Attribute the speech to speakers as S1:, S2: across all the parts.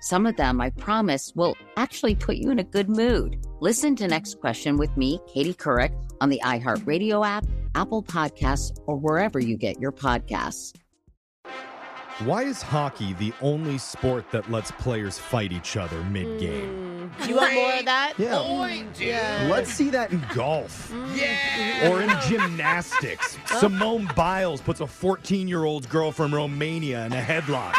S1: Some of them, I promise, will actually put you in a good mood. Listen to Next Question with me, Katie Couric, on the iHeartRadio app, Apple Podcasts, or wherever you get your podcasts.
S2: Why is hockey the only sport that lets players fight each other mid game?
S3: Mm. You want more of that?
S2: Yeah.
S4: Point, dude.
S2: Let's see that in golf
S3: Mm.
S4: Yeah.
S2: or in gymnastics. Simone Biles puts a 14 year old girl from Romania in a headlock.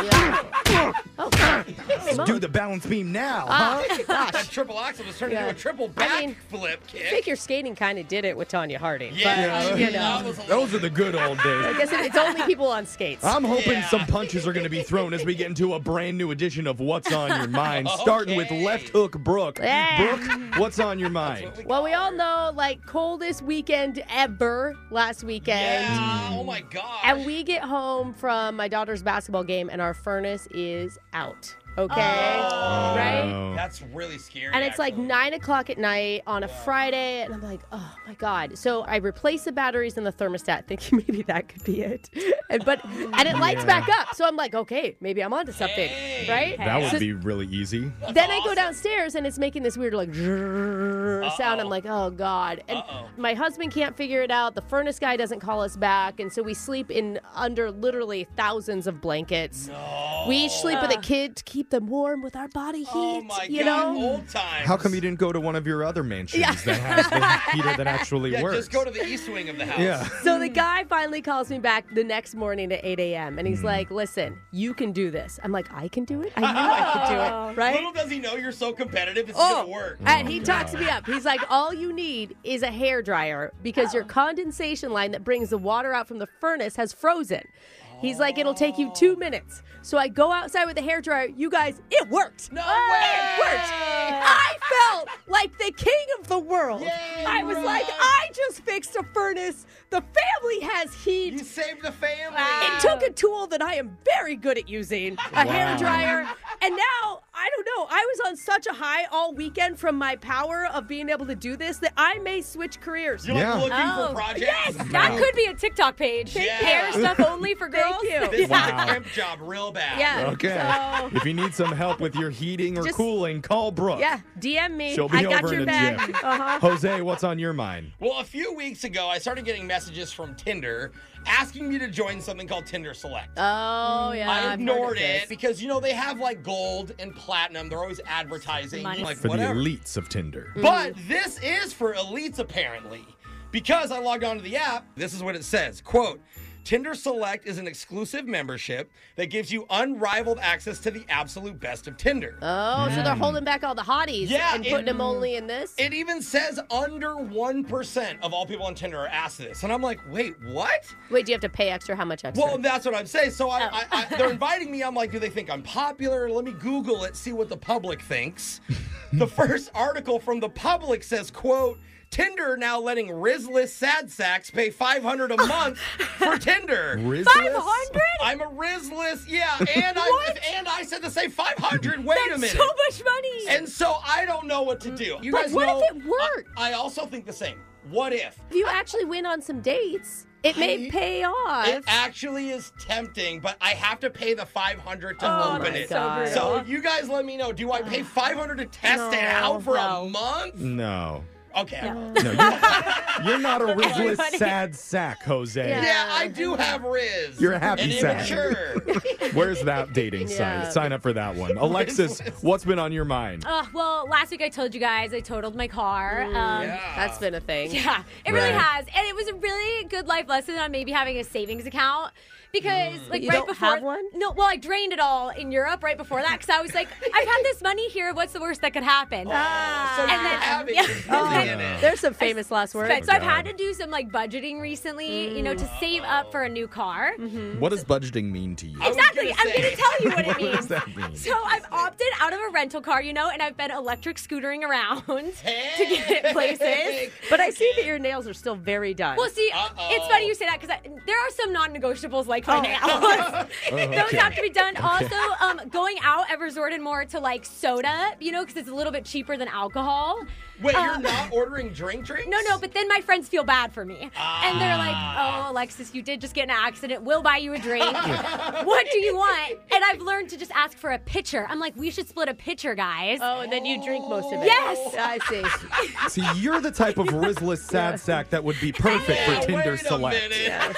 S3: Simone.
S2: Do the balance beam now, huh?
S4: Ah. That triple axel was turned
S3: Yeah.
S4: into a triple
S3: I
S4: back
S3: mean,
S4: flip kick.
S3: Figure skating kind of did it with Tanya Harding.
S4: Yeah,
S3: But, you
S4: yeah,
S3: know,
S4: that was a little-
S2: Those are the good old
S3: I
S2: days.
S3: guess it- it's only people on skates.
S2: I'm hoping
S4: Yeah.
S2: some punches are going to be thrown as we get into a brand new edition of What's on Your Mind, starting with
S4: Okay.
S2: left hook Brooke.
S3: Yeah.
S2: Brooke, what's on your mind?
S3: Well, we all know, like, coldest weekend ever last weekend.
S4: Yeah.
S3: Mm.
S4: Oh my god.
S3: And we get home from my daughter's basketball game, and our furnace is out. Okay? Right?
S2: Oh.
S4: That's really scary.
S3: And it's like
S4: actually.
S3: nine o'clock at night on a Friday, and I'm like, oh my god! So I replace the batteries in the thermostat, thinking maybe that could be it. And but and it lights back up, so I'm like, okay, maybe I'm onto something,
S4: Hey.
S3: right?
S2: That
S3: So
S2: would be really easy.
S3: then I go downstairs and it's making this weird like zzzz sound. I'm
S4: Uh-oh.
S3: like, oh god. And
S4: Uh-oh.
S3: my husband can't figure it out. The furnace guy doesn't call us back, and so we sleep in under literally thousands of blankets. We each sleep with a kid to keep them warm with our body heat.
S4: Oh my
S3: you
S4: god.
S3: know.
S4: Old times.
S2: How come you didn't go to one of your other mansions that has the heater that actually
S4: Yeah,
S2: works?
S4: just go to the east wing of the house.
S2: yeah.
S3: So the guy finally calls me back the next morning at 8 a.m. and
S4: Hmm.
S3: he's like, "Listen, you can do this." I'm like, "I can do it. I knew I could do it, right?"
S4: Little does he know you're so competitive. It's
S3: Oh.
S4: gonna work.
S3: And he talks me up. He's like, all you need is a hair dryer because your condensation line that brings the water out from the furnace has frozen. He's like, it'll take you two minutes. So I go outside with the hair dryer. You guys, it worked. Ah,
S4: No
S3: It worked.
S4: way.
S3: I felt like the king of the world.
S4: Yay,
S3: I was
S4: bro.
S3: like, I just fixed a furnace. The family has heat.
S4: You saved the family.
S3: It took a tool that I am very good at using, a hair dryer, and now I don't know. I was on such a high all weekend from my power of being able to do this that I may switch careers.
S4: You're like
S2: Yeah.
S4: looking for
S5: Oh.
S4: projects.
S5: That could be a TikTok page.
S4: Yeah.
S5: Hair stuff only for girls.
S3: Thank you.
S4: This
S2: Wow.
S4: is a pimp job real bad.
S3: Yeah.
S2: Okay.
S3: So-
S2: If you need some help with your heating or
S3: Just-
S2: cooling, call Brooke.
S3: Yeah, DM me.
S2: She'll be
S3: I got
S2: over
S3: your
S2: in a
S3: back.
S2: jiff.
S4: Mm.
S3: Uh-huh.
S2: Jose, what's on your mind?
S4: Well, a few weeks ago, I started getting messages from Tinder asking me to join something called Tinder Select.
S3: Oh yeah.
S4: I
S3: I've heard of
S4: ignored
S3: this.
S4: it because you know they have like gold and platinum. They're always advertising
S5: Money.
S4: like
S2: For
S4: whatever. Mm.
S2: the elites of Tinder.
S4: But this is for elites apparently. Because I logged onto the app, this is what it says. Quote, Tinder Select is an exclusive membership that gives you unrivaled access to the absolute best of Tinder.
S3: Oh, so
S2: Mm.
S3: they're holding back all the hotties
S4: Yeah,
S3: and putting
S4: it-
S3: them only in this?
S4: It even says under 1% of all people on Tinder are asked this. And I'm like, wait, what?
S3: Wait, do you have to pay extra? How much extra?
S4: Well, that's what I'm saying. So
S3: Oh.
S4: I, I, I, they're inviting me. I'm like, do they think I'm popular? Let me Google it, see what the public thinks. the first article from the public says, quote, Tinder now letting Rizless sad sacks pay 500 a month for Tinder.
S2: Rizless?
S4: I'm a Rizless, yeah, and I and I said the same 500. Wait a minute.
S6: So much money.
S4: And so I don't know what to do. You
S3: But
S4: guys
S3: what
S4: know,
S3: if it worked?
S4: I, I also think the same. What if?
S3: if you actually win on some dates, it may
S4: I-
S3: pay off.
S4: It actually is tempting, but I have to pay the 500 to
S3: Oh
S4: open
S3: my
S4: it.
S3: God.
S4: So you guys let me know. Do I pay 500 to test it
S3: No,
S4: out for
S3: no.
S4: a month?
S2: No.
S4: Okay. I won't.
S2: No, you're, you're not a risless sad sack, Jose.
S3: Yeah.
S4: Yeah, I do have Riz.
S2: You're a happy
S4: and
S2: sack.
S4: immature.
S2: Where's that dating
S3: Yeah.
S2: site? Sign up for that one. Alexis, what's been on your mind?
S6: Uh, well, last week I told you guys I totaled my car. Um, yeah.
S4: Yeah.
S3: That's been a thing.
S6: it really
S2: Right.
S6: has, and it was a really good life lesson on maybe having a savings account because, like,
S3: You
S6: right
S3: don't
S6: before
S3: have one?
S6: No, well, I drained it all in Europe right before that because I was like, I've had this money here. What's the worst that could happen?
S4: so you
S6: and then-
S4: have it.
S6: yeah.
S4: There's nothing in it.
S3: There's some famous last words.
S6: But- so I've
S2: God.
S6: had to do some like budgeting recently, you know, to save up for a new car.
S4: Um,
S2: What does budgeting mean to you?
S4: I was
S6: Exactly.
S4: gonna
S6: I'm going
S4: say.
S6: to tell you what it
S2: What does
S6: means.
S2: that mean?
S6: So I've opted out of a rental car, you know, and I've been electric scootering around to get
S4: Hey.
S6: it places.
S3: But I see that your nails are still very done.
S6: Well, see,
S4: Uh-oh.
S6: it's funny you say that because there are some non-negotiables like my nails. Those
S2: okay.
S6: have to be done. Also, um, going out, I've resorted more to like soda, you know, because it's a little bit cheaper than alcohol.
S4: Wait,
S6: Uh,
S4: you're not ordering drink drinks?
S6: No, no, but then my friends feel bad for me. And they're like, oh, Alexis, you did just get in an accident. We'll buy you a drink. what do you want? And I've learned to just ask for a pitcher. I'm like, we should split a pitcher, guys.
S3: oh, and then you drink most of it.
S6: Yes.
S3: I see.
S2: See, you're the type of risless sad sack that would be perfect
S4: Yeah,
S2: for Tinder
S4: wait A
S2: Select.
S4: minute.
S6: and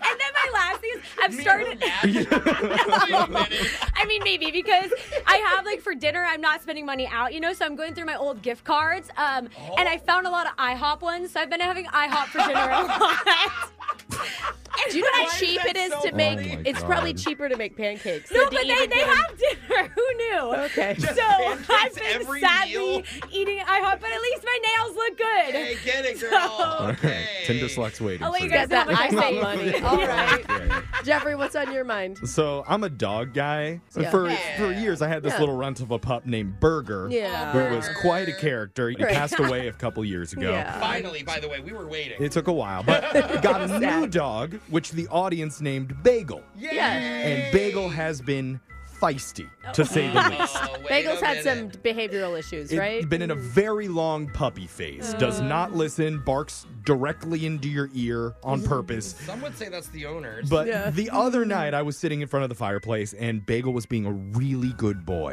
S6: then my last thing is I've
S4: Me
S6: started.
S4: and Matt. Wait a minute.
S6: I mean, maybe because I have like for dinner, I'm not spending money out, you know. So I'm going through my old gift cards, um, and
S4: Oh.
S6: I found a lot of IHOP ones. So I've been having IHOP for dinner a lot. And
S3: Do you know
S6: when
S3: how
S6: I-
S4: is
S3: cheap
S4: that
S3: it is
S4: so
S3: to make?
S2: funny? Oh my
S3: it's probably
S2: God.
S3: cheaper to make pancakes.
S6: No,
S3: than to
S6: but they,
S3: even
S6: they
S3: get 'em.
S6: have dinner. Who knew?
S3: Okay.
S6: So
S4: pancakes
S6: I've been
S4: every
S6: sadly
S4: meal?
S6: eating IHOP, but at least my nails look good.
S4: Hey, get it, girl.
S2: All right.
S4: Okay.
S2: Tinder Select's waiting.
S3: Oh,
S6: I'll let
S2: for
S6: you
S2: you.
S6: guys
S3: Get that
S6: That's how much I
S3: IHOP
S6: save.
S3: money. All right, "Oh, Jeffrey, what's on your mind?
S2: So I'm a dog guy. And
S3: Yeah.
S2: For for years, I had this
S3: Yeah.
S2: little runt of a pup named Burger,
S3: Yeah.
S2: who was quite a character. He
S3: Right.
S2: passed away a couple years ago.
S3: Yeah.
S4: Finally, by the way, we were waiting.
S2: It took a while, but got a new dog, which the audience named Bagel,
S4: Yay!
S3: Yeah.
S2: and Bagel has been feisty to say the least.
S4: Oh, wait
S3: Bagels
S4: a
S3: had some
S4: minute.
S3: behavioral issues,
S2: It-
S3: right? Oh.
S2: Been in a very long puppy phase. Does not listen. Barks directly into your ear on
S3: Mm.
S2: purpose.
S4: Some would say that's the owners.
S2: But the other night, I was sitting in front of the fireplace, and Bagel was being a really good boy.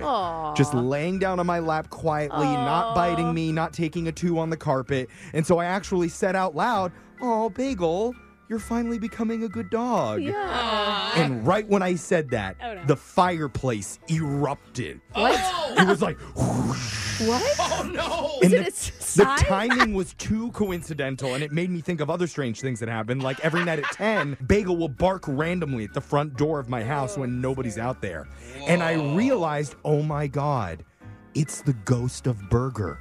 S2: Just laying down on my lap quietly, not biting me, not taking a two on the carpet. And so I actually said out loud, Oh, Bagel, you're finally becoming a good dog.
S3: yeah.
S4: Oh,
S2: And right when I said that,
S6: Oh, no.
S2: the fireplace erupted.
S4: what?
S2: It was like, whoosh.
S3: What?
S4: Oh no!
S3: Is
S2: And the-
S3: it its
S2: the
S3: size?
S2: timing was too coincidental, and it made me think of other strange things that happened. Like every night at 10, Bagel will bark randomly at the front door of my house when nobody's out there. And I realized, oh my God, it's the ghost of Burger.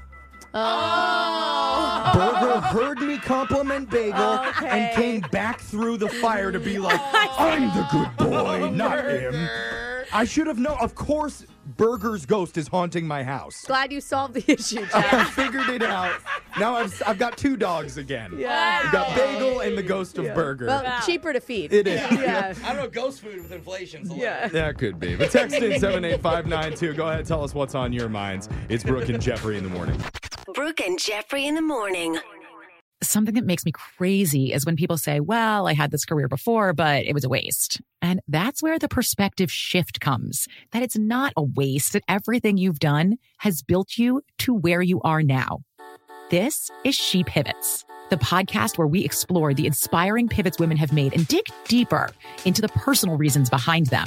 S3: Oh.
S2: Burger heard me compliment Bagel and came back through the fire to be like, I'm the good boy, not him.
S4: Burger.
S2: I should have known. Of course, Burger's ghost is haunting my house.
S3: Glad you solved the issue, Jeff.
S2: I figured it out. Now I've, I've got two dogs again.
S3: Yeah.
S2: I've got Bagel and the Ghost of Burger.
S3: Well, cheaper to feed.
S2: It is.
S3: Yeah.
S4: I don't know. Ghost food with inflation's a
S3: Yeah.
S2: That could be. But text in 78592. Go ahead, tell us what's on your minds. It's Brooke and Jeffrey in the morning.
S7: Brooke and Jeffrey in the morning.
S8: Something that makes me crazy is when people say, well, I had this career before, but it was a waste. And that's where the perspective shift comes that it's not a waste, that everything you've done has built you to where you are now. This is She Pivots, the podcast where we explore the inspiring pivots women have made and dig deeper into the personal reasons behind them.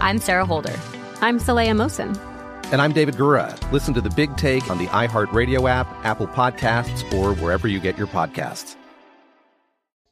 S9: I'm Sarah Holder.
S10: I'm Saleya Mosin.
S11: And I'm David Gura. Listen to The Big Take on the iHeartRadio app, Apple Podcasts, or wherever you get your podcasts.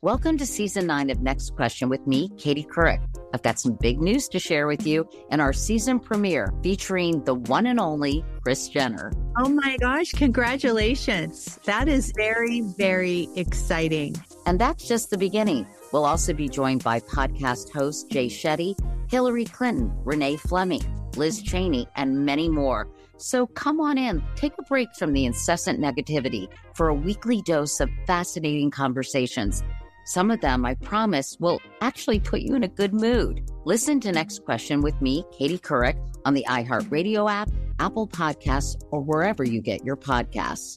S1: Welcome to season nine of Next Question with me, Katie Couric. I've got some big news to share with you in our season premiere featuring the one and only Chris Jenner.
S8: Oh my gosh, congratulations. That is very, very exciting.
S1: And that's just the beginning. We'll also be joined by podcast host Jay Shetty, Hillary Clinton, Renee Fleming, Liz Cheney, and many more. So come on in, take a break from the incessant negativity for a weekly dose of fascinating conversations. Some of them, I promise, will actually put you in a good mood. Listen to Next Question with me, Katie Couric, on the iHeartRadio app, Apple Podcasts, or wherever you get your podcasts.